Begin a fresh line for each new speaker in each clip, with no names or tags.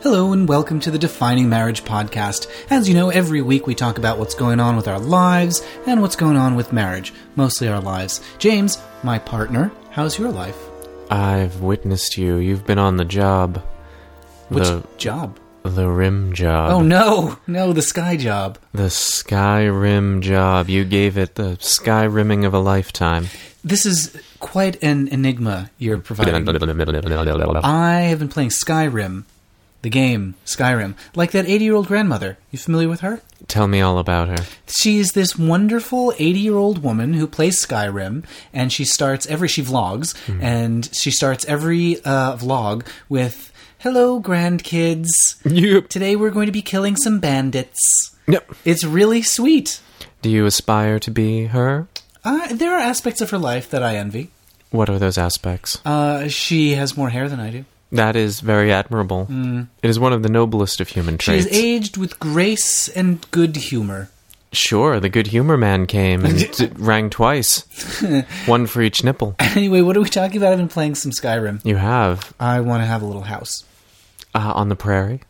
Hello, and welcome to the Defining Marriage podcast. As you know, every week we talk about what's going on with our lives and what's going on with marriage, mostly our lives. James, my partner, how's your life?
I've witnessed you. You've been on the job.
Which
The,
job?
the rim job.
Oh, no, no, the sky job.
The sky rim job. You gave it the sky rimming of a lifetime.
This is quite an enigma you're providing.
I
I have been playing Skyrim, the game Skyrim, like that 80 year old grandmother. You familiar with her?
Tell me all about her.
She is this wonderful 80 year old woman who plays Skyrim, and she starts every. She vlogs, and she starts every uh, vlog with Hello, grandkids.
Yep.
Today we're going to be killing some bandits.
Yep.
It's really sweet.
Do you aspire to be her?
Uh, there are aspects of her life that I envy.
What are those aspects?
Uh, she has more hair than I do.
That is very admirable.
Mm.
It is one of the noblest of human
She
traits.
is aged with grace and good humor.
sure, the good humor man came and d- rang twice, one for each nipple.
Anyway, what are we talking about? I've been playing some Skyrim.
You have
I want to have a little house.
uh, on the prairie.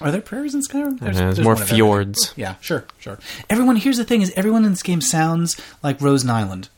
Are there prairies in Skyrim?
know, there's
one
more
of everything.
fjords.
Yeah, sure, sure. Everyone, here's the thing: is everyone in this game sounds like Rosen Island.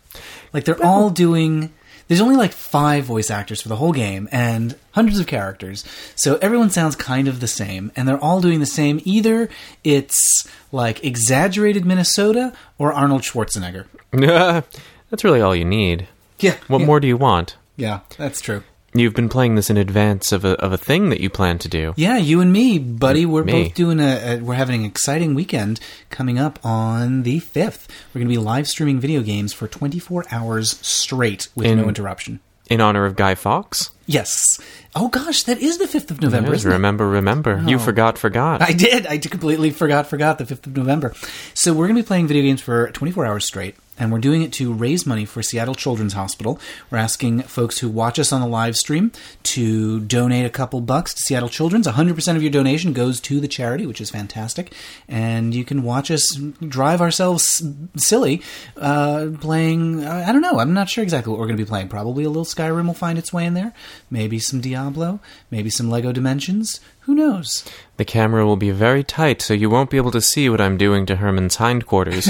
Like they're all doing. There's only like five voice actors for the whole game and hundreds of characters, so everyone sounds kind of the same, and they're all doing the same. Either it's like exaggerated Minnesota or Arnold Schwarzenegger.
That's really all you need.
Yeah.
What
yeah,
more do you want?
Yeah, that's true.
You've been playing this in advance of a, of a thing that you plan to do.
Yeah, you and me, buddy. We're
Me.
both doing a, a. We're having an exciting weekend coming up on the fifth. We're going to be live streaming video games for 24 hours straight with
In-
no interruption.
In honor of Guy Fawkes?
Yes. Oh gosh, that is the fifth of November.
Yes,
isn't it? Oh.
remember, remember. You forgot, forgot.
I did. I completely forgot. Forgot the fifth of November. So we're going to be playing video games for 24 hours straight, and we're doing it to raise money for Seattle Children's Hospital. We're asking folks who watch us on the live stream to donate a couple bucks to Seattle Children's. 100% of your donation goes to the charity, which is fantastic. And you can watch us drive ourselves silly uh, playing. I I don't know. I'm not sure exactly what we're going to be playing. Probably a little Skyrim will find its way in there. Maybe some Diablo. Maybe some Lego Dimensions. Who knows?
the camera will be very tight, so you won't be able to see what I'm doing to Herman's hindquarters.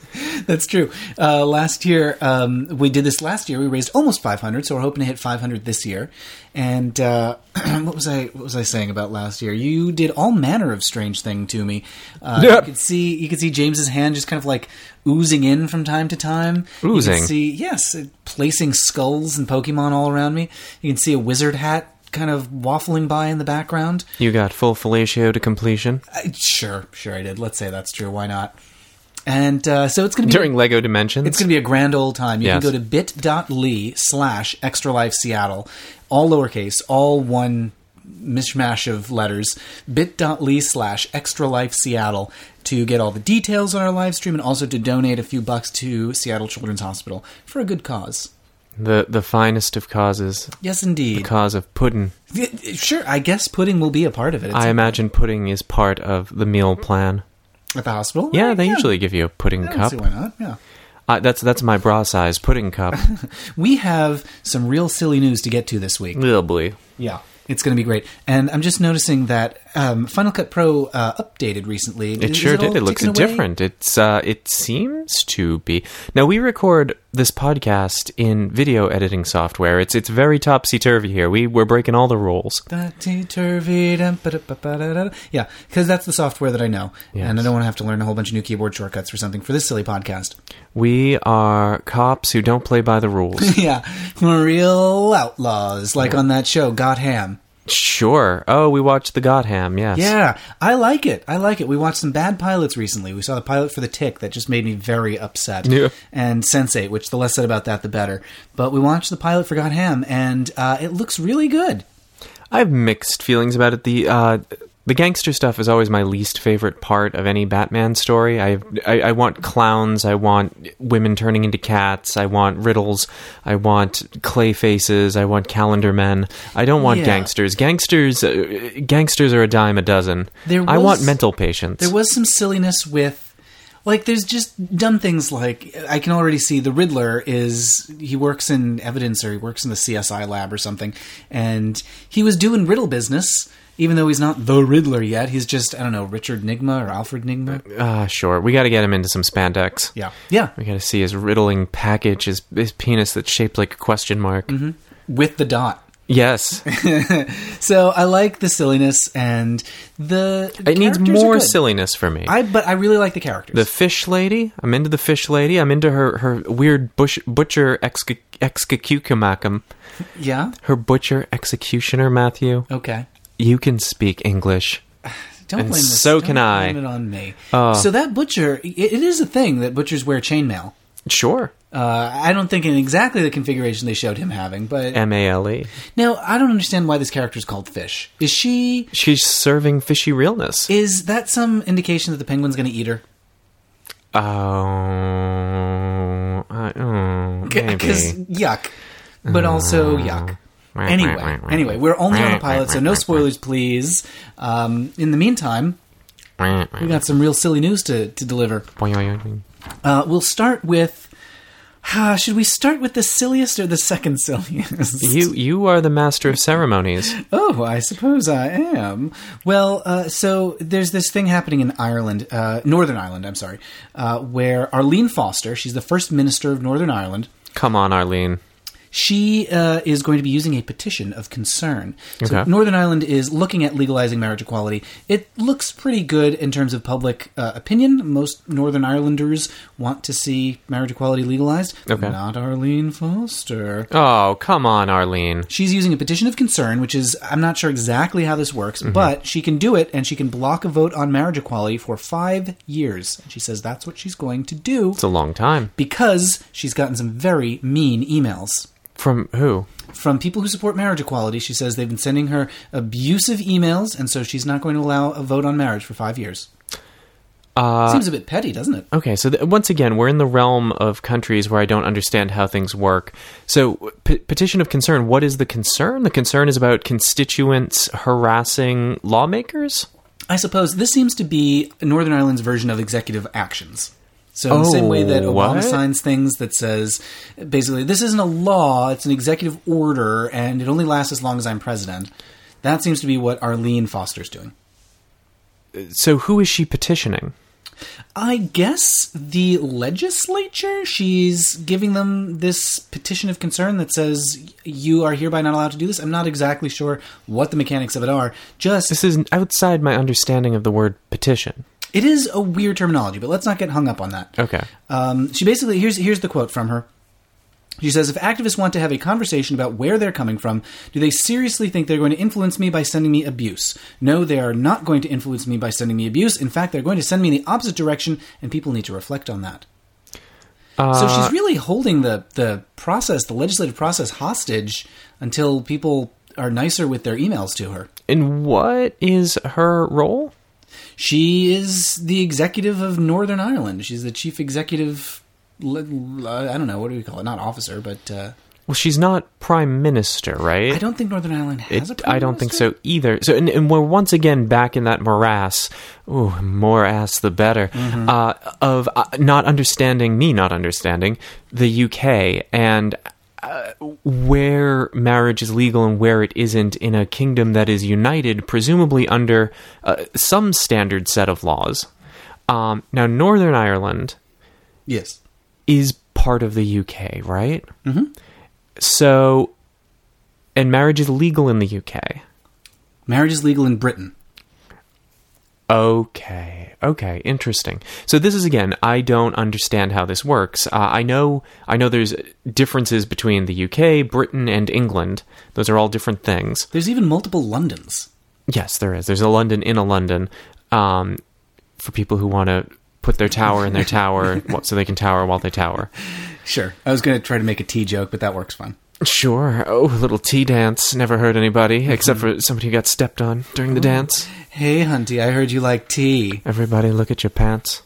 That's true. Uh, last year, um, we did this last year. We raised almost 500, so we're hoping to hit 500 this year. And uh, what was I what was I saying about last year? You did all manner of strange thing to me. Uh,
Yeah.
You could see you could see James's hand just kind of like oozing in from time to time. You
Oozing?
could see yes, it- placing skulls and Pokemon all around me. You can see a wizard hat kind of waffling by in the background.
you got full fellatio to completion
Uh, sure, sure, I did. Let's say that's true. Why not? And uh, so it's going to be
during Lego Dimensions.
It's going to be a grand old time. You
Yes.
can go to bit.ly slash extra life Seattle, all lowercase, all one mishmash of letters, bit.ly slash extra life Seattle to get all the details on our live stream and also to donate a few bucks to Seattle Children's Hospital for a good cause.
the the finest of causes,
Yes, indeed.
cause of pudding.
Y- y- Sure, I guess pudding will be a part of it. It's
I imagine pudding is part of the meal plan.
at the hospital.
Yeah, they usually give you a pudding
I don't
cup.
see why not. Yeah.
Uh, that's that's my bra size pudding cup.
We have some real silly news to get to this week.
Probably.
Yeah. It's going to be great. And I'm just noticing that um, Final Cut Pro uh, updated recently.
It sure did. It looks different. It's uh, it seems to be. Now we record this podcast in video editing software. It's it's very topsy turvy here. We we're breaking all the rules.
turvy. Yeah, because that's the software that I know. And I
Yes.
don't want to have to learn a whole bunch of new keyboard shortcuts for something for this silly podcast.
We are cops who don't play by the rules.
yeah. We're real outlaws, like on that show, Got Ham.
sure. Oh, we watched the Gotham. Yes.
Yeah, I like it. I like it. We watched some bad pilots recently. We saw the pilot for The Tick that just made me very upset.
Yeah.
And Sense8, which the less said about that, the better. But we watched the pilot for Got Ham, and uh, it looks really good.
I have mixed feelings about it. The uh, the gangster stuff is always my least favorite part of any Batman story. I, I I want clowns. I want women turning into cats. I want riddles. I want clay faces. I want calendar men. I don't want
Yeah.
gangsters. Gangsters uh, gangsters are a dime a dozen.
There
I
was-
want mental patients.
There was some silliness with. Like there's just dumb things like I can already see the Riddler is he works in evidence or he works in the CSI lab or something and he was doing riddle business Even though he's not the Riddler yet, he's just I don't know Richard Nigma or Alfred Nigma.
Ah, sure. We got to get him into some spandex.
Yeah, yeah.
We got to see his riddling package, his, his penis that's shaped like a question mark.
Mm-hmm. With the dot.
Yes.
So I like the silliness and the.
It
characters
needs
are
more
good.
silliness for me.
I but I really like the characters.
the fish lady. I'm into the fish lady. I'm into her, her weird bush, butcher execucumacum.
yeah.
Her butcher executioner, Matthew.
Okay.
You can speak English.
Don't
And
blame this.
so
don't
can I.
Blame it on me.
Oh.
so that butcher, it, it is a thing that butchers wear chainmail.
Sure.
Uh, I don't think in exactly the configuration they showed him having, but
M A L E.
now I don't understand why this character is called Fish. Is she?
She's serving fishy realness.
Is that some indication that the penguin's going to eat her?
Oh, I- oh,
Because
maybe. Mm.
yuck, but also yuck. Anyway, anyway, we're only on a pilot, so no spoilers, please. Um, in the meantime, we
Mm.
got some real silly news to, to deliver. Uh, we'll start with. Uh, should we start with the silliest or the second silliest?
You you are the master of ceremonies.
Oh, I suppose I am. Well, uh, so there's this thing happening in Ireland, uh, Northern Ireland, I'm sorry, uh, where Arlene Foster, she's the first minister of Northern Ireland,
Come on, Arlene.
she uh, is going to be using a petition of concern. So
Okay.
Northern Ireland is looking at legalizing marriage equality. It looks pretty good in terms of public uh, opinion. Most Northern Irelanders want to see marriage equality legalized.
Okay.
Not Arlene Foster.
Oh, come on, Arlene.
She's using a petition of concern, which is, I'm not sure exactly how this works,
Mm-hmm.
but she can do it and she can block a vote on marriage equality for five years. And she says that's what she's going to do
It's a long time.
because she's gotten some very mean emails.
From who?
From people who support marriage equality, she says they've been sending her abusive emails, and so she's not going to allow a vote on marriage for five years.
Uh,
Seems a bit petty, doesn't it?
okay, so th- once again, we're in the realm of countries where I don't understand how things work. So, p- petition of concern. What is the concern? The concern is about constituents harassing lawmakers.
I suppose this seems to be Northern Ireland's version of executive actions. So in the same way that
Oh,
Obama
what?
signs things that says basically this isn't a law, it's an executive order and it only lasts as long as I'm president. That seems to be what Arlene Foster's doing.
So, who is she petitioning?
I guess the legislature, she's giving them this petition of concern that says you are hereby not allowed to do this. I'm not exactly sure what the mechanics of it are. Just
This is outside my understanding of the word petition.
it is a weird terminology, but let's not get hung up on that.
Okay.
Um, she basically here's here's the quote from her. She says, "If activists want to have a conversation about where they're coming from, do they seriously think they're going to influence me by sending me abuse? No, they are not going to influence me by sending me abuse. In fact, they're going to send me in the opposite direction, and people need to reflect on that." so she's really holding the the process, the legislative process, hostage until people are nicer with their emails to her.
And what is her role?
She is the executive of Northern Ireland. She's the chief executive. le- uh, I don't know what do we call it? Not officer, but uh,
Well, she's not prime minister, right?
I don't think Northern Ireland has a.
It-
Prime
I don't think
Minister.
so either. So, and, and we're once again back in that morass. Ooh, more ass the better.
Mm-hmm.
Uh, of uh, not understanding me, not understanding the UK and uh, where marriage is legal and where it isn't in a kingdom that is united, presumably under uh, some standard set of laws. Um, now, Northern Ireland
Yes,
is part of the UK, right? Mm-hmm. So, and marriage is legal in the UK.
marriage is legal in Britain.
Okay. Okay. Interesting. So this is again. I don't understand how this works. Uh, I know. I know. There's differences between the UK, Britain, and England. Those are all different things.
There's even multiple Londons.
Yes, there is. There's a London in a London. Um, for people who want to put their tower in their tower, wh- so they can tower while they tower.
Sure, I was going to try to make a tea joke, but that works fine.
Sure. Oh, a little tea dance. Never hurt anybody except for somebody who got stepped on during the dance.
Hey, Hunty, I heard you like tea.
Everybody, look at your pants.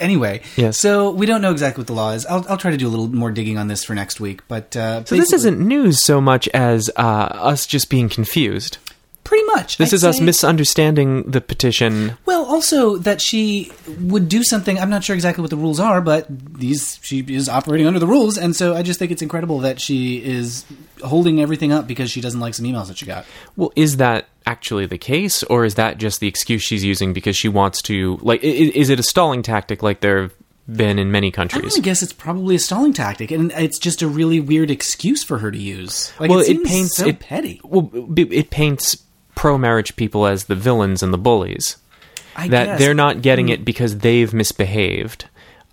Anyway,
Yes.
so we don't know exactly what the law is. I'll, I'll try to do a little more digging on this for next week. But uh,
So this
basically-
isn't news so much as uh, us just being confused.
pretty much.
This
I'd
is us
say-
misunderstanding the petition.
Well, also that she would do something. I'm not sure exactly what the rules are, but these she is operating under the rules, and so I just think it's incredible that she is holding everything up because she doesn't like some emails that she got.
Well, is that actually the case, or is that just the excuse she's using because she wants to? Like, i- i- is it a stalling tactic like there have been in many
I'm
countries?
gonna guess it's probably a stalling tactic, and it's just a really weird excuse for her to use. Like,
Well,
it,
it
seems
paints-
so
it-
petty.
Well, b- it paints pro-marriage people as the villains and the bullies.
I
that
guess. Mm.
they're not getting it because they've misbehaved,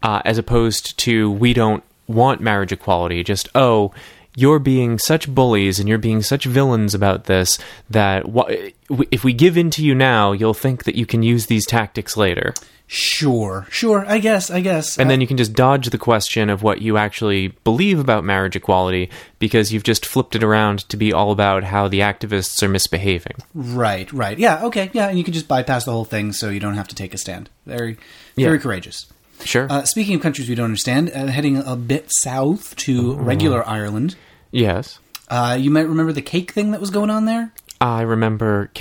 uh, as opposed to we don't want marriage equality. Just oh, you're being such bullies and you're being such villains about this that wh- if we give in to you now, you'll think that you can use these tactics later,
sure, sure. I guess, I guess.
and then you can just dodge the question of what you actually believe about marriage equality because you've just flipped it around to be all about how the activists are misbehaving.
Uh, Right, right. Yeah, okay, yeah, and you can just bypass the whole thing so you don't have to take a stand. Very, very
Yeah.
courageous.
Sure.
Uh, speaking of countries we don't understand, uh, heading a bit south to regular Ireland,
yes.
uh, you might remember the cake thing that was going on there.
I remember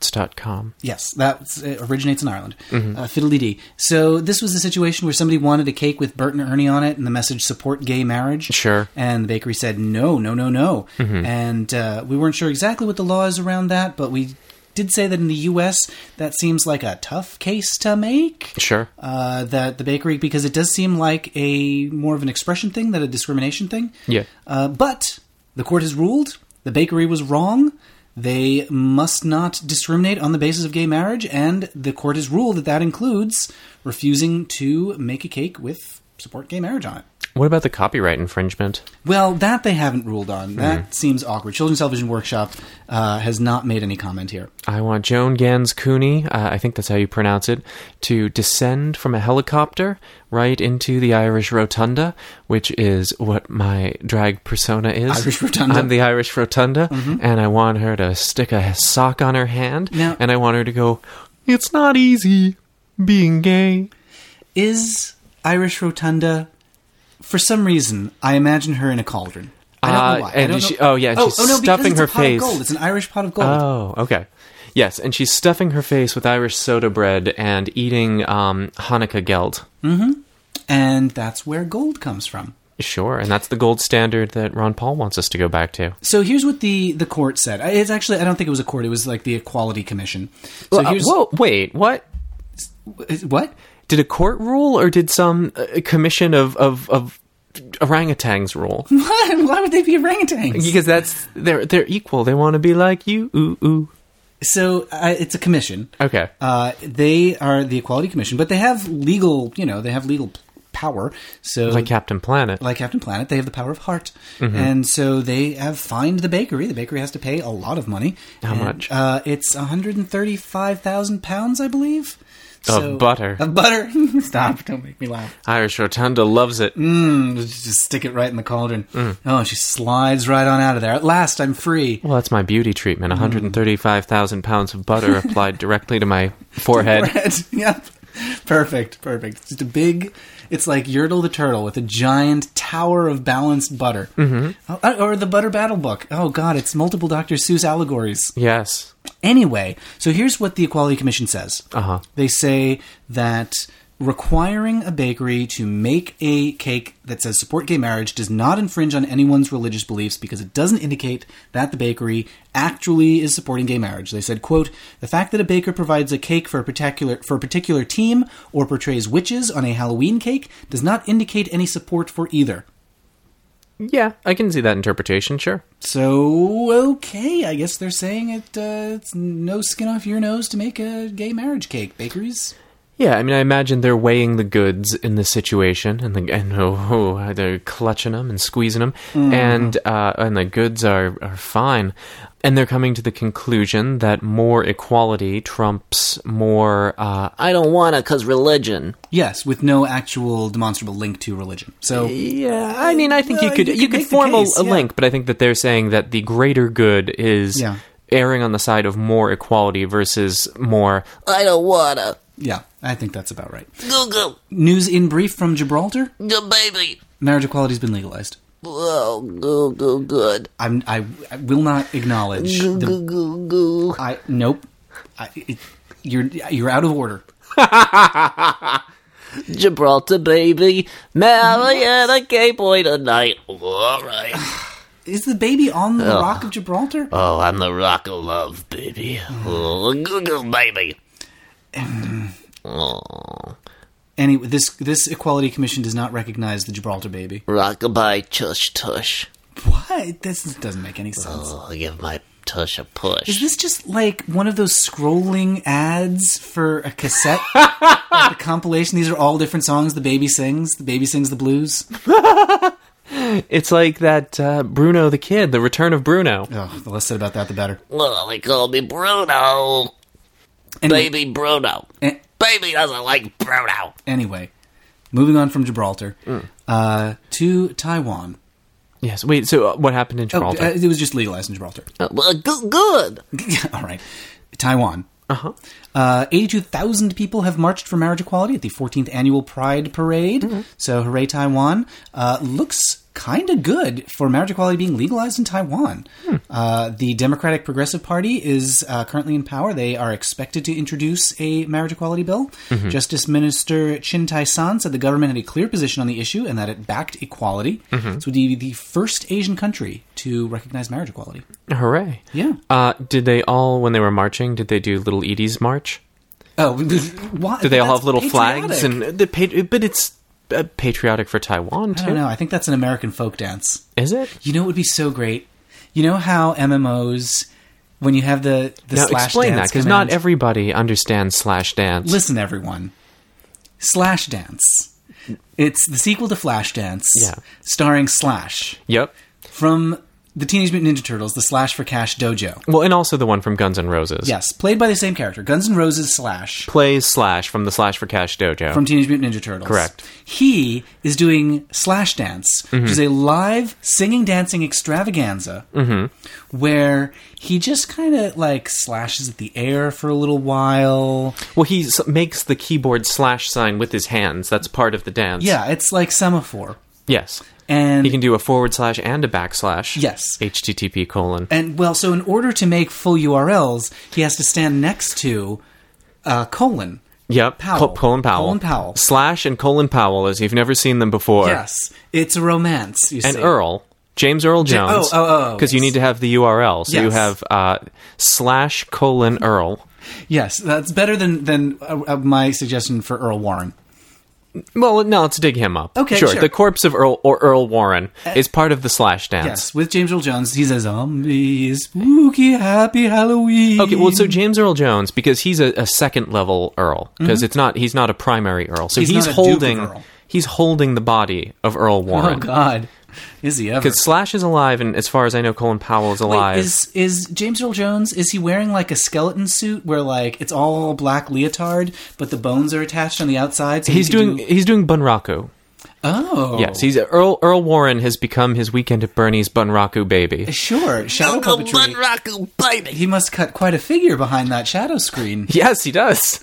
cakefarts.com.
Yes, that originates in Ireland. Uh, Fiddly dee. So this was a situation where somebody wanted a cake with Bert and Ernie on it, and the message "Support gay marriage."
Sure.
And the bakery said no, no, no, no. And uh, we weren't sure exactly what the law is around that, but we did say that in the U.S. that seems like a tough case to make.
Sure.
Uh, that the bakery because it does seem like a more of an expression thing than a discrimination thing.
Yeah.
Uh, but the court has ruled the bakery was wrong. They must not discriminate on the basis of gay marriage, and the court has ruled that that includes refusing to make a cake with support gay marriage on it.
What about the copyright infringement?
Well, that they haven't ruled on. That seems awkward. Children's Television Workshop uh, has not made any comment here.
I want Joan Gans Cooney, uh, I think that's how you pronounce it, to descend from a helicopter right into the Irish Rotunda, which is what my drag persona is.
Irish Rotunda.
I'm the Irish Mm-hmm. Rotunda, and I want her to stick a sock on her hand,
Now-
and I want her to go, It's not easy being gay.
Is Irish Rotunda? For some reason, I imagine her in a cauldron. I don't
Uh,
know why. I
and
don't
is
know-
she- oh, yeah, and she's
no, because
stuffing
it's a
her
pot of
face.
gold. It's an Irish pot of gold.
Oh, okay. Yes, and she's stuffing her face with Irish soda bread and eating um, Hanukkah geld.
and that's where gold comes from.
Sure, and that's the gold standard that Ron Paul wants us to go back to.
So here's what the the court said. I- It's actually I don't think it was a court. It was like the Equality Commission. So
Uh,
here's
whoa, wait, what?
is- what?
Did a court rule or did some uh, commission of, of, of orangutans rule?
Why why would they be orangutans?
because that's they're they're equal. They want to be like you. Ooh ooh.
so uh, it's a commission.
Okay.
Uh, they are the Equality Commission, but they have legal. You know, they have legal p- power. So
like Captain Planet.
like Captain Planet, they have the power of heart,
Mm-hmm.
and so they have fined the bakery. The bakery has to pay a lot of money. How
much?
Uh, it's one hundred and thirty-five thousand pounds, I believe.
Of butter.
Of butter. Stop! Don't make me laugh. Mm,
Irish Rotunda loves it.
Just stick it right in the cauldron.
Mm.
Oh, and she slides right on out of there. At last, I'm free.
Well, that's my beauty treatment. 135,000 pounds of butter applied directly to my forehead.
yep. Perfect. Perfect. It's just a big. It's like Yertle the turtle with a giant tower of balanced butter, mm-hmm. or the Butter Battle Book. Oh God, it's multiple Dr. Seuss allegories.
Yes.
Anyway, so here's what the Equality Commission says.
Uh-huh.
They say that requiring a bakery to make a cake that says support gay marriage does not infringe on anyone's religious beliefs because it doesn't indicate that the bakery actually is supporting gay marriage. They said, quote, the fact that a baker provides a cake for a particular for a particular team or portrays witches on a Halloween cake does not indicate any support for either.
Yeah, I can see that interpretation, sure.
So okay, I guess they're saying it. Uh, it's no skin off your nose to make a gay marriage cake. Bakeries,
Yeah, I mean, I imagine they're weighing the goods in this situation, and the and oh, oh, they're clutching them and squeezing them,
Mm.
and uh, and the goods are are fine, and they're coming to the conclusion that more equality trumps more. Uh, I don't want to cause religion.
yes, with no actual demonstrable link to religion. So
Eh. Yeah, I mean, I think
Well,
you could
you
you,
could
could
make the
form
case,
a, a
yeah.
link, but I think that they're saying that the greater good is
Yeah.
erring on the side of more equality versus more. I don't wanna.
yeah, I think that's about right.
Go go,
News in brief from Gibraltar:
the baby.
marriage equality's been legalized.
Whoa, go go good.
I'm, I, I will not acknowledge.
Go
The,
go go.
I nope. I, it, you're you're out of order.
Gibraltar baby. Marry and a gay boy tonight. Alright.
Is the baby on the Rock of Gibraltar?
Oh, I'm the rock of love, baby. Oh, good, good baby. oh,
Anyway, this this Equality Commission does not recognize the Gibraltar baby.
rockabye tush tush.
What? This doesn't make any sense.
Oh, I give my tush a push.
Is this just like one of those scrolling ads for a cassette like a compilation? These are all different songs the baby sings. The baby sings the blues.
It's like that uh, Bruno the Kid, the return of Bruno.
Oh, the less said about that, the better.
Well, they call me Bruno.
Anyway,
Baby Bruno.
eh,
Baby doesn't like Bruno.
anyway, moving on from Gibraltar uh, to Taiwan.
Yes. Wait. So uh, what happened in
Oh,
Gibraltar?
uh, it was just legalized in Gibraltar.
Uh, well, good, good.
all right, Taiwan. Uh-huh. Uh, 82,000 people have marched for marriage equality at the 14th annual Pride Parade. So, hooray, Taiwan. Uh, looks kind of good for marriage equality being legalized in Taiwan. Uh, the Democratic Progressive Party is uh, currently in power. They are expected to introduce a marriage equality bill. Justice Minister Chin Tai san said the government had a clear position on the issue and that it backed equality. So, it would be the first Asian country to recognize marriage equality.
Hooray!
Yeah.
Uh, did they all, when they were marching, did they do little Edie's march?
Oh, why?
Do they all have little flags and uh, the pa- But it's uh, patriotic for
I
Taiwan
don't
too.
know. I think that's an American folk dance.
Is it?
You know, what would be so great. You know how MMOs, when you have the the
Now
slash
explain that
dance
because not
command-
everybody understands slash dance.
Listen, everyone. Slash dance. It's the sequel to Flash Dance,
Yeah.
starring Slash
Yep.
from the Teenage Mutant Ninja Turtles, the Slash for Cash Dojo.
Well, and also the one from Guns N' Roses.
Yes, played by the same character, Guns N' Roses Slash.
Plays slash from the Slash for Cash Dojo.
from Teenage Mutant Ninja Turtles.
Correct.
He is doing Slash Dance, which is a
Mm-hmm.
live singing dancing extravaganza
Mm-hmm.
where he just kind of like slashes at the air for a little while.
well, he s- makes the keyboard slash sign with his hands. That's part of the dance.
Yeah, it's like semaphore.
Yes.
And
He can do a forward slash and a backslash.
Yes.
HTTP colon.
and well, so in order to make full URLs, he has to stand next to uh, colon.
Yep.
Powell.
Col- Colin Powell.
Colin Powell.
Slash and Colin Powell, as you've never seen them before.
Yes, it's a romance. You
And
see.
Earl. James Earl Jones.
oh, oh, oh,
Because you
yes.
need to have the URL. So you
Yes.
have uh, slash colon Earl.
Yes, that's better than than uh, uh, my suggestion for Earl Warren.
Well, no, let's dig him up.
Okay, sure. Uh,
The corpse of Earl or Earl Warren is part of the slash dance.
Yes, with James Earl Jones, he's a zombie, spooky, happy Halloween.
Okay, well, so James Earl Jones, because he's a, a second level Earl, because it's not he's not a primary Earl, so
Mm-hmm. He's
he's,
not a Duke of
holding
Earl.
he's holding the body of Earl
oh
Warren.
God, is he ever?
Because Slash is alive, and as far as I know, Colin Powell is alive.
Wait, is is James Earl Jones? Is he wearing like a skeleton suit where like it's all black leotard, but the bones are attached on the outside? So he
he's
could
doing
do-
he's doing Bunraku.
oh,
Yes, he's Earl Earl Warren has become his weekend at Bernie's Bunraku baby.
sure. Shadow
Uncle
puppetry.
Bunraku, baby.
He must cut quite a figure behind that shadow screen.
Yes, he does.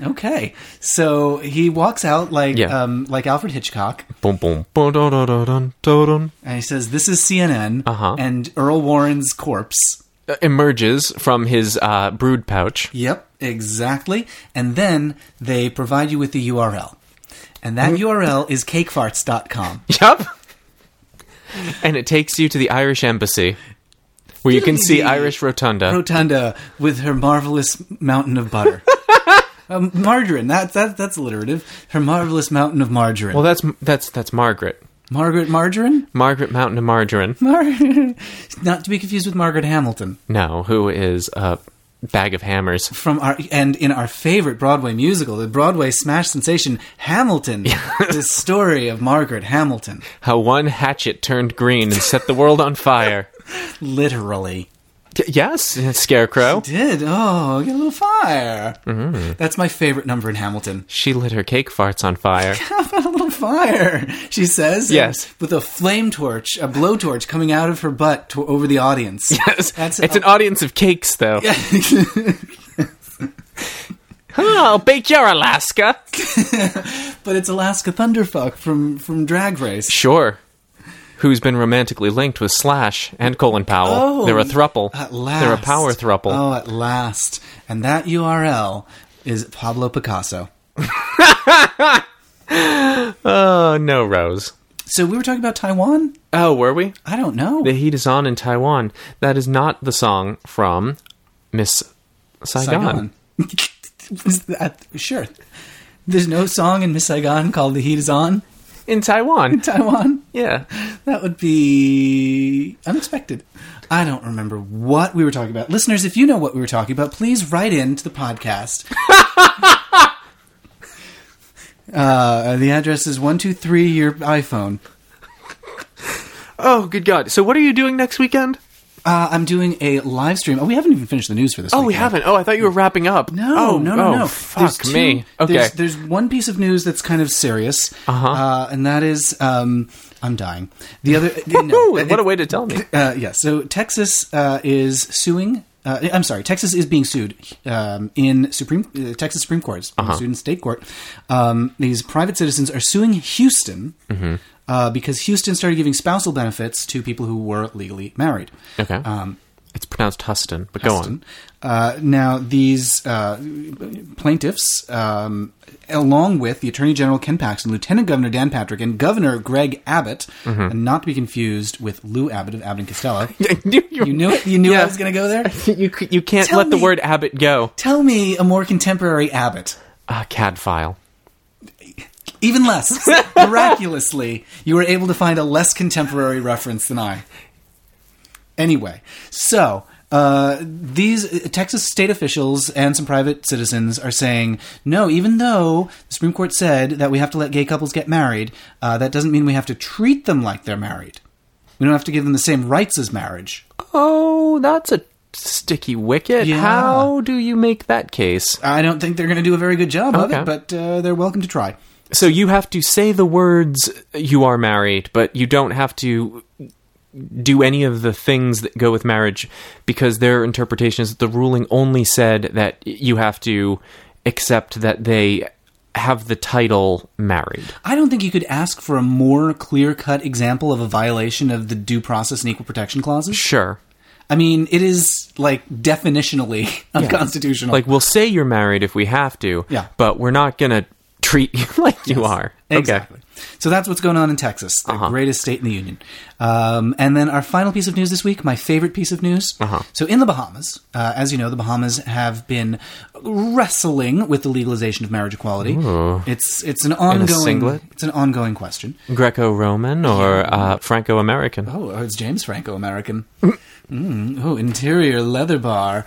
Okay, so he walks out like
Yeah.
um, like Alfred Hitchcock,
Boom boom boom dun dun dun dun dun. dun.
and he says, "This is CNN
Uh-huh.
and Earl Warren's corpse."
Uh, Emerges from his uh, brood pouch.
Yep, exactly. And then they provide you with the URL. And that URL is cakefarts.com.
Yup. And it takes you to the Irish embassy, where you can see
Diddly-dee.
Irish rotunda.
Rotunda with her marvelous mountain of butter. um, margarine, that, that, that's alliterative. Her marvelous mountain of margarine.
Well, that's that's that's Margaret.
Margaret Margarine?
Margaret Mountain of Margarine.
Mar- Not to be confused with Margaret Hamilton.
No, who is a bag of hammers.
From our and in our favorite Broadway musical, the Broadway smash sensation Hamilton, the story of Margaret Hamilton,
How one hatchet turned green and set the world on fire.
literally.
Y- yes, Scarecrow.
did. Oh, get a little fire.
Mm-hmm.
That's my favorite number in Hamilton.
She lit her cake farts on fire.
a little fire, she says.
Yes.
and With a flame torch, a blowtorch coming out of her butt to, over the audience.
Yes.
That's-
it's an audience of cakes, though. Hello, Bake Your Alaska.
but it's Alaska Thunderfuck from, from Drag Race.
Sure. Who's been romantically linked with Slash and Colin Powell?
Oh,
They're a thruple.
At last.
They're a power thruple.
Oh, at last. And that URL is Pablo Picasso.
Oh, Uh, no, Rose.
So we were talking about Taiwan.
Oh, were we?
I don't know.
The heat is on in Taiwan. That is not the song from Miss Saigon.
Is that- sure. There's no song in Miss Saigon called "The Heat Is On."
In Taiwan.
Taiwan.
yeah.
That would be unexpected. I don't remember what we were talking about. Listeners, if you know what we were talking about, please write in to the podcast. uh, the address is 123 your iPhone.
Oh, good God. So, what are you doing next weekend?
Uh, I'm doing a live stream. Oh, we haven't even finished the news for this
Oh, we
weekend.
haven't. Oh, I thought you were wrapping up.
No,
oh,
no, no,
oh,
no.
Fuck
There's two-
me. Okay.
There's, there's one piece of news that's kind of serious,
Uh-huh.
uh, and that is um, I'm dying. The other, no,
Woo, what a way to tell me.
Uh, yeah, so Texas uh, is suing. Uh, I'm sorry, Texas is being sued um, in Supreme uh, Texas Supreme Court, it's being
Uh-huh.
sued in state court. Um, these private citizens are suing Houston
Mm-hmm.
uh, because Houston started giving spousal benefits to people who were legally married.
Okay. it's pronounced Huston, but go on.
Uh, now, these uh, plaintiffs, um, along with the Attorney General Ken Paxton, Lieutenant Governor Dan Patrick, and Governor Greg Abbott,
Mm-hmm.
and not to be confused with Lou Abbott of Abbott and Costello. You knew it. You knew I
Yeah.
was going to go there.
You, c- you can't
Tell
let the
me-
word Abbott go.
Tell me a more contemporary Abbott.
Ah, CAD file.
Even less. Miraculously, you were able to find a less contemporary reference than I. Anyway, so uh, these uh, Texas state officials and some private citizens are saying no. Even though the Supreme Court said that we have to let gay couples get married, uh, that doesn't mean we have to treat them like they're married. We don't have to give them the same rights as marriage.
Oh, that's a sticky wicket.
Yeah.
How do you make that case?
I don't think they're going to do a very good job of
Okay.
it, but uh, they're welcome to try.
So you have to say the words you are married, but you don't have to do any of the things that go with marriage because their interpretation is that the ruling only said that you have to accept that they have the title married.
I don't think you could ask for a more clear cut example of a violation of the due process and equal protection clauses.
Sure.
I mean, it is like definitionally unconstitutional.
Like we'll say you're married if we have to,
Yeah.
but we're not going to treat you like you are.
Exactly.
Okay. Uh-huh.
So that's what's going on in Texas, the greatest state in the union. Um, and then our final piece of news this week, my favorite piece of news.
Uh-huh.
So in the Bahamas, uh, as you know, the Bahamas have been wrestling with the legalization of marriage equality. It's it's an ongoing
singlet?
it's an ongoing question.
Greco-Roman or uh, Franco-American?
Oh, it's James Franco American. mm. Oh, interior leather bar.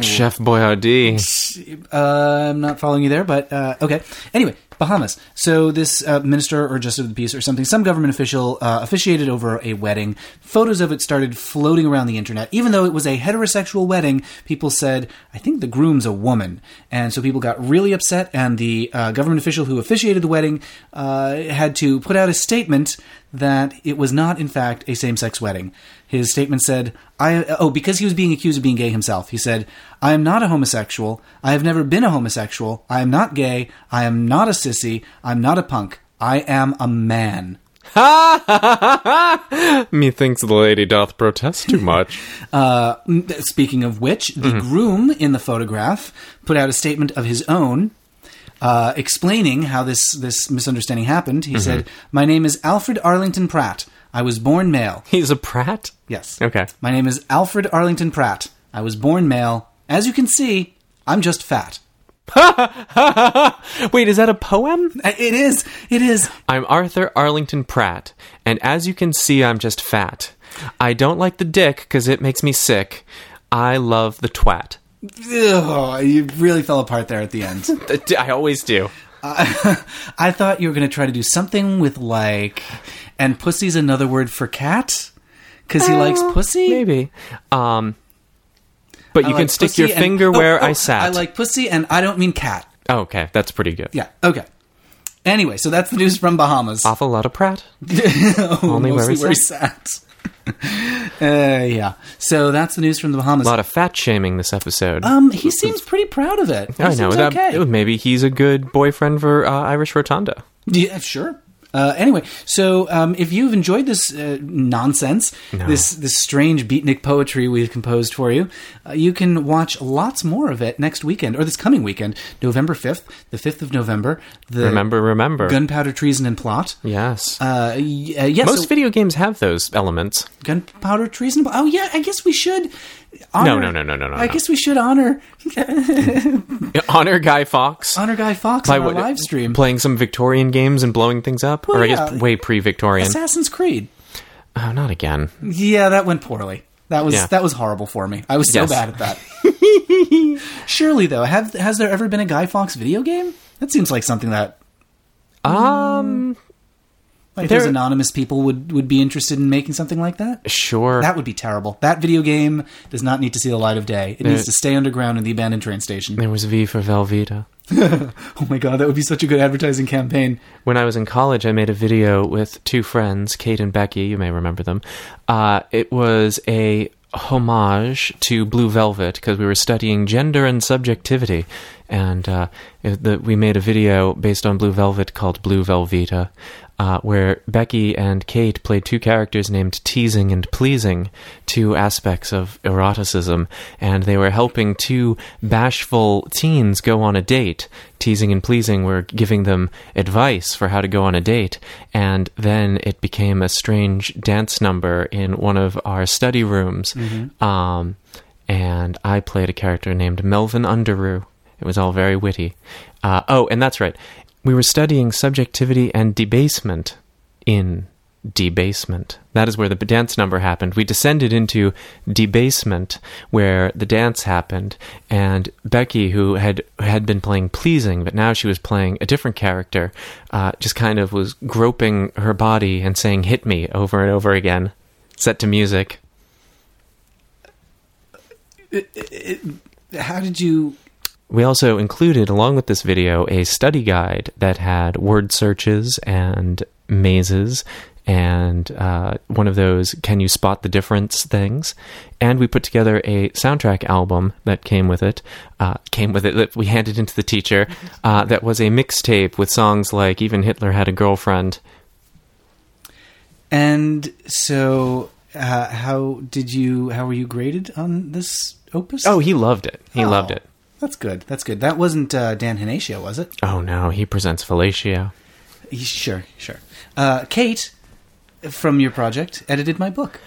Chef Boyardee.
Uh, I'm not following you there, but uh, okay. Anyway, Bahamas. So this uh, minister or justice of the peace or something, some government official uh, officiated over a wedding. Photos of it started floating around the internet. Even though it was a heterosexual wedding, people said, "I think the groom's a woman," and so people got really upset. And the uh, government official who officiated the wedding uh, had to put out a statement that it was not, in fact, a same sex wedding. His statement said, I, oh, because he was being accused of being gay himself, he said, I am not a homosexual. I have never been a homosexual. I am not gay. I am not a sissy. I'm not a punk. I am a man.
Methinks the lady doth protest too much.
Uh, m- speaking of which, the groom in the photograph put out a statement of his own. Uh, explaining how this, this misunderstanding happened, he said, My name is Alfred Arlington Pratt. I was born male.
He's a prat?
Yes.
Okay.
My name is Alfred Arlington Pratt. I was born male. As you can see, I'm just fat.
Wait, is that a poem?
I- It is. It is.
I'm Arthur Arlington Pratt, and as you can see, I'm just fat. I don't like the dick because it makes me sick. I love the twat.
Ugh, you really fell apart there at the end.
The d- I always do.
I, I thought you were going to try to do something with like, and pussy's another word for cat because he likes pussy.
Maybe. Um, but
I
you can
like
stick
pussy
your
and-
finger
Oh,
where
oh,
I sat.
I like pussy, and I don't mean cat.
oh, okay, that's pretty good.
Yeah. Okay. Anyway, so that's the news from Bahamas.
Awful lot of Pratt.
Only
where
mostly
he
where he sat. uh, yeah. So that's the news from the Bahamas.
A lot of fat shaming this episode.
Um, he seems pretty proud of it. He
I know.
seems
That,
okay.
Maybe he's a good boyfriend for uh, Irish Rotunda.
Yeah, sure. Uh, anyway, so um, if you've enjoyed this uh, nonsense,
No.
this this strange beatnik poetry we've composed for you, uh, you can watch lots more of it next weekend or this coming weekend, November fifth, the fifth of November. The
Remember, remember.
gunpowder treason and plot.
yes.
Uh, y- uh, yes,
Most
so-
video games have those elements.
gunpowder treason. Oh yeah, I guess we should. Honor,
no, no, no, no, no,
I
no.
guess we should honor
Honor Guy Fox.
honor Guy Fox
by
on our
what-
live stream.
Playing some Victorian games and blowing things up.
Well,
or I
yeah.
guess way pre Victorian.
Assassin's Creed.
Oh, not again.
Yeah, that went poorly. That was
Yeah.
that was horrible for me. I was so
Yes.
bad at that. Surely though, have has there ever been a Guy Fox video game? That seems like something that Hmm.
Um,
like
There-
those anonymous people would would be interested in making something like that.
sure.
That would be terrible. That video game does not need to see the light of day. It needs to stay underground in the abandoned train station.
there was V for Velveeta.
Oh my god, that would be such a good advertising campaign.
When I was in college, I made a video with two friends, Kate and Becky. You may remember them. Uh, it was a homage to Blue Velvet because we were studying gender and subjectivity, and uh, it- the, we made a video based on Blue Velvet called Blue Velveeta, uh, where Becky and Kate played two characters named Teasing and Pleasing, two aspects of eroticism, and they were helping two bashful teens go on a date. Teasing and Pleasing were giving them advice for how to go on a date, and then it became a strange dance number in one of our study rooms. Um, and I played a character named Melvin Underoo. It was all very witty. Uh, oh, and that's right. We were studying subjectivity and debasement in debasement. That is where the dance number happened. We descended into debasement where the dance happened and Becky who had had been playing pleasing but now she was playing a different character uh, just kind of was groping her body and saying hit me over and over again set to music.
How did you
We also included, along with this video, a study guide that had word searches and mazes and uh, one of those can you spot the difference things and we put together a soundtrack album that came with it uh, came with it that we handed into the teacher uh, that was a mixtape with songs like even hitler had a girlfriend
And so, uh, how did you? How were you graded on this opus?
oh he loved it he
Oh,
loved it
That's good. That's good. That wasn't uh, Dan Hanasia, was it?
oh no he presents fellatio
Y- Sure, sure. Uh, Kate from your project edited my book.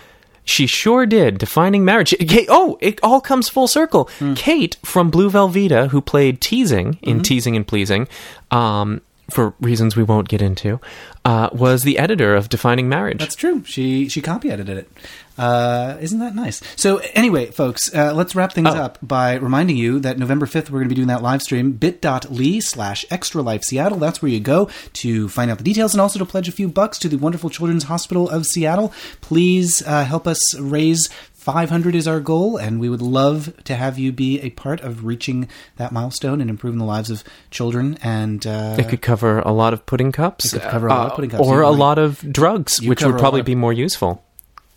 She sure did. Defining marriage. Kate, oh, it all comes full circle.
Hmm.
Kate from Blue Velveeta, who played Teasing in Teasing and Pleasing, um, for reasons we won't get into, uh, was the editor of Defining Marriage.
That's true. She she copy edited it. Uh, isn't that nice? So anyway, folks, uh, let's wrap things up by reminding you that November fifth we're going to be doing that live stream bit.ly slash extra life Seattle. That's where you go to find out the details and also to pledge a few bucks to the wonderful Children's Hospital of Seattle. Please uh, help us raise. 500 is our goal, and we would love to have you be a part of reaching that milestone and improving the lives of children. And uh,
it could cover a lot of pudding cups,
could cover a lot of
uh,
pudding cups,
or
you
a
might-
lot of drugs, which
cover
would
a
probably
lot of-
be more useful.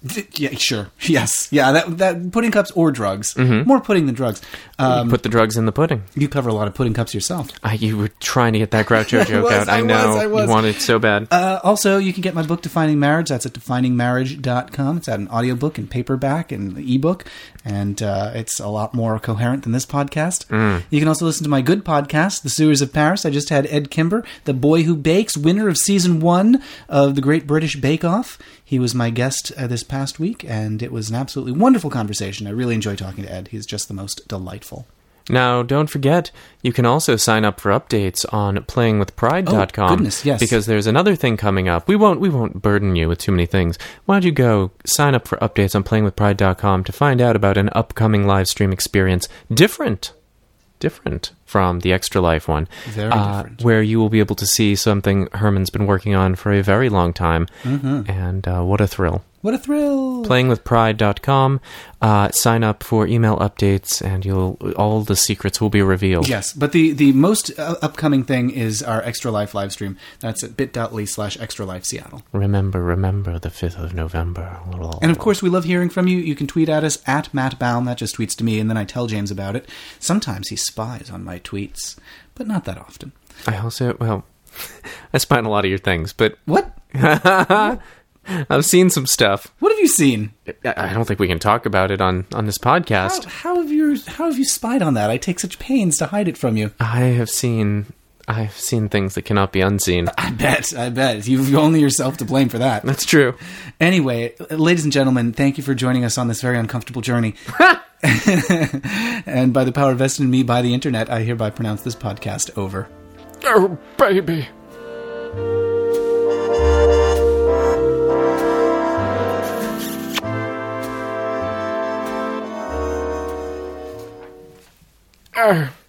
D- Yeah, sure. Yes. Yeah, that that pudding cups or drugs. More pudding than drugs. Um,
Put the drugs in the pudding.
you cover a lot of pudding cups yourself.
Uh, you were trying to get that Groucho joke
was,
out. I,
I was,
know
I was.
you wanted it so bad.
Uh, also, you can get my book, Defining Marriage. That's at definingmarriage.com. It's out in audiobook and paperback and ebook, and uh, it's a lot more coherent than this podcast. You can also listen to my good podcast, The Sewers of Paris. I just had Ed Kimber, the boy who bakes, winner of season one of The Great British Bake Off. He was my guest uh, this past week, and it was an absolutely wonderful conversation. I really enjoy talking to Ed. He's just the most delightful.
Now, don't forget, you can also sign up for updates on playingwithpride.com.
Oh, goodness, yes.
Because there's another thing coming up. We won't we won't burden you with too many things. Why don't you go sign up for updates on playingwithpride.com to find out about an upcoming live stream experience different different from the extra life one uh,
Very different.
where you will be able to see something herman's been working on for a very long time
Mm-hmm.
and uh, what a thrill
What a thrill!
playingwithpride.com. Uh, sign up for email updates, and you'll all the secrets will be revealed.
Yes, but the the most uh, upcoming thing is our Extra Life live stream. That's at bit.ly slash Extra Life Seattle.
Remember, remember the fifth of November.
And of course, we love hearing from you. You can tweet at us at Matt Baum. That just tweets to me, and then I tell James about it. Sometimes he spies on my tweets, but not that often.
I also well, I spy on a lot of your things, but
What?
I've seen some stuff.
What have you seen?
I- I don't think we can talk about it on on this
How,
podcast.
how have you how have you spied on that? I take such pains to hide it from you.
I have seen I've seen things that cannot be unseen.
I bet, I bet. You've only yourself to blame for that.
That's true.
Anyway, ladies and gentlemen, thank you for joining us on this very uncomfortable journey. and by the power vested in me by the internet, I hereby pronounce this podcast over.
Oh, baby. Oh.